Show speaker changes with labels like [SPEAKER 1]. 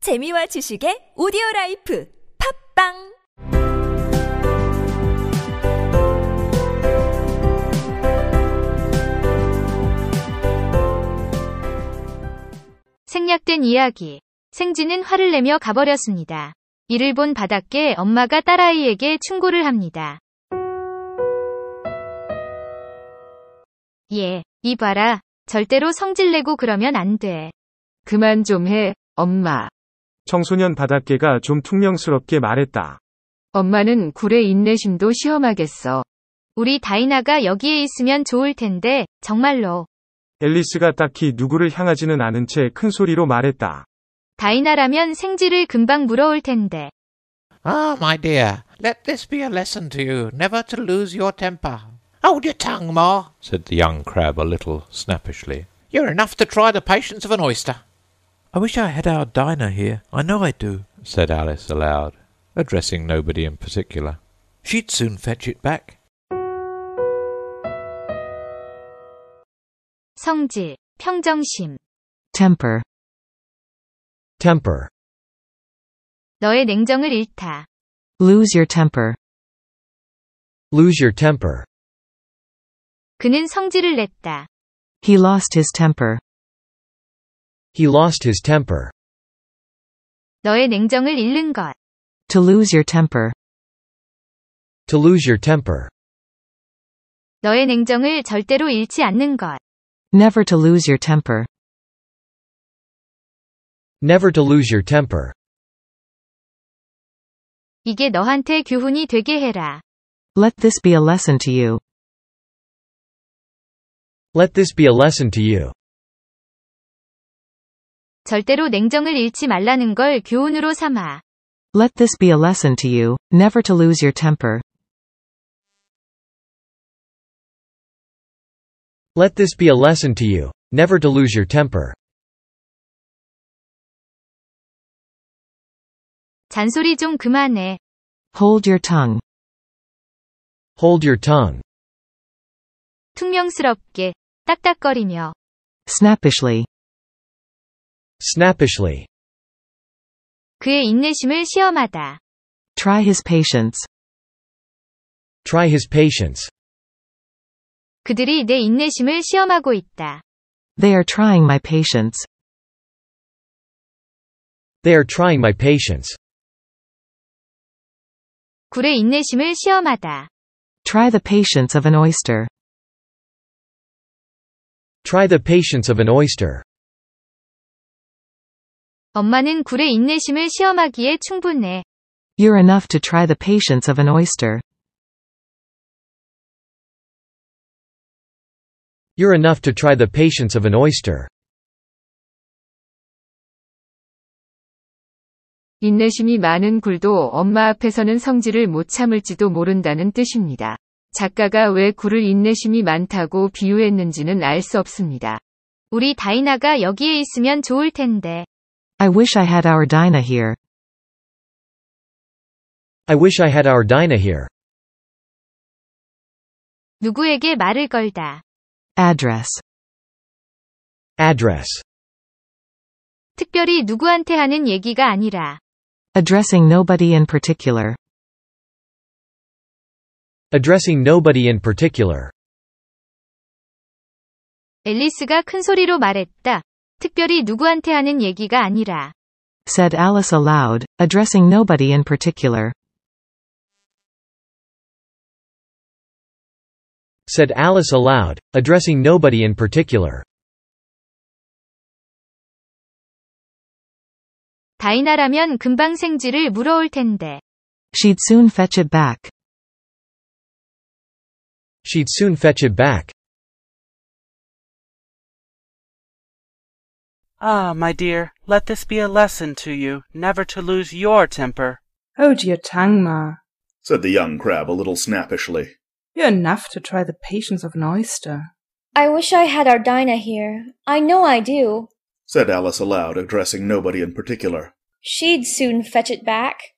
[SPEAKER 1] 재미와 지식의 오디오 라이프 팝빵
[SPEAKER 2] 생략된 이야기. 생지는 화를 내며 가버렸습니다. 이를 본 바닥에 엄마가 딸아이에게 충고를 합니다. 예, 이봐라. 절대로 성질내고 그러면 안 돼.
[SPEAKER 3] 그만 좀 해, 엄마.
[SPEAKER 4] 청소년 바닷개가 좀 퉁명스럽게 말했다.
[SPEAKER 3] 엄마는 굴의 인내심도 시험하겠어.
[SPEAKER 2] 우리 다이나가 여기에 있으면 좋을 텐데, 정말로.
[SPEAKER 4] 앨리스가 딱히 누구를 향하지는 않은 채 큰 소리로 말했다.
[SPEAKER 2] 다이나라면 생지를 금방 물어올 텐데.
[SPEAKER 5] Ah, my dear, let this be a lesson to you never to lose your temper. Hold your tongue, Ma,
[SPEAKER 6] said the young crab a little snappishly.
[SPEAKER 5] you're enough to try the patience of an oyster.
[SPEAKER 7] I wish I had our diner here. I know I do.
[SPEAKER 6] said Alice aloud, addressing nobody in particular.
[SPEAKER 7] She'd soon fetch it back.
[SPEAKER 2] 성질, 평정심.
[SPEAKER 3] temper.
[SPEAKER 8] temper,
[SPEAKER 2] 너의 냉정을 잃다.
[SPEAKER 3] lose your temper.
[SPEAKER 8] lose your temper.
[SPEAKER 2] 그는 성질을 냈다.
[SPEAKER 3] he lost his temper.
[SPEAKER 8] He lost his temper.
[SPEAKER 2] 너의 냉정을 잃는 것.
[SPEAKER 3] to lose your temper.
[SPEAKER 8] To lose your temper.
[SPEAKER 2] 너의 냉정을 절대로 잃지 않는 것.
[SPEAKER 3] never to lose your temper.
[SPEAKER 8] Never to lose your temper.
[SPEAKER 2] 이게 너한테 교훈이 되게 해라.
[SPEAKER 3] let this be a lesson to you.
[SPEAKER 8] Let this be a lesson to you.
[SPEAKER 2] 절대로 냉정을 잃지 말라는 걸 교훈으로 삼아.
[SPEAKER 3] let this be a lesson to you. never to lose your temper.
[SPEAKER 8] Let this be a lesson to you. Never to lose your temper.
[SPEAKER 2] 잔소리 좀 그만해.
[SPEAKER 3] hold your tongue.
[SPEAKER 8] Hold your tongue.
[SPEAKER 2] 퉁명스럽게, 딱딱거리며,
[SPEAKER 3] snappishly.
[SPEAKER 8] Snappishly.
[SPEAKER 2] 그의 인내심을 시험하다.
[SPEAKER 3] try his patience.
[SPEAKER 8] Try his patience.
[SPEAKER 2] 그들이 내 인내심을 시험하고 있다.
[SPEAKER 3] they are trying my patience.
[SPEAKER 8] They are trying my patience.
[SPEAKER 2] 굴의 인내심을 시험하다.
[SPEAKER 3] try the patience of an oyster.
[SPEAKER 8] Try the patience of an oyster.
[SPEAKER 2] 엄마는 굴의 인내심을 시험하기에 충분해.
[SPEAKER 3] you're enough to try the patience of an oyster.
[SPEAKER 8] You're enough to try the patience of an oyster.
[SPEAKER 3] 인내심이 많은 굴도 엄마 앞에서는 성질을 못 참을지도 모른다는 뜻입니다. 작가가 왜 굴을 인내심이 많다고 비유했는지는 알 수 없습니다.
[SPEAKER 2] 우리 다이나가 여기에 있으면 좋을 텐데.
[SPEAKER 3] I wish I had our Dinah here.
[SPEAKER 8] I wish I had our Dinah here.
[SPEAKER 2] 누구에게 말을 걸다.
[SPEAKER 3] Address.
[SPEAKER 8] Address.
[SPEAKER 2] 특별히 누구한테 하는 얘기가 아니라.
[SPEAKER 3] Addressing nobody in particular.
[SPEAKER 8] Addressing nobody in particular.
[SPEAKER 2] 앨리스가 큰 소리로 말했다. 특별히 누구한테 하는 얘기가 아니라.
[SPEAKER 3] said Alice aloud, addressing nobody in particular.
[SPEAKER 8] Said Alice aloud, addressing nobody in particular.
[SPEAKER 2] 다이나라면 금방 생지를 물어올 텐데.
[SPEAKER 3] She'd soon fetch it back.
[SPEAKER 8] She'd soon fetch it back.
[SPEAKER 9] Ah, my dear, let this be a lesson to you, never to lose your temper.
[SPEAKER 10] Hold your tongue, Ma.
[SPEAKER 11] said the young crab a little snappishly.
[SPEAKER 10] You're enough to try the patience of an oyster.
[SPEAKER 12] I wish I had our Dinah here. I know I do.
[SPEAKER 11] said Alice aloud, addressing nobody in particular.
[SPEAKER 12] She'd soon fetch it back.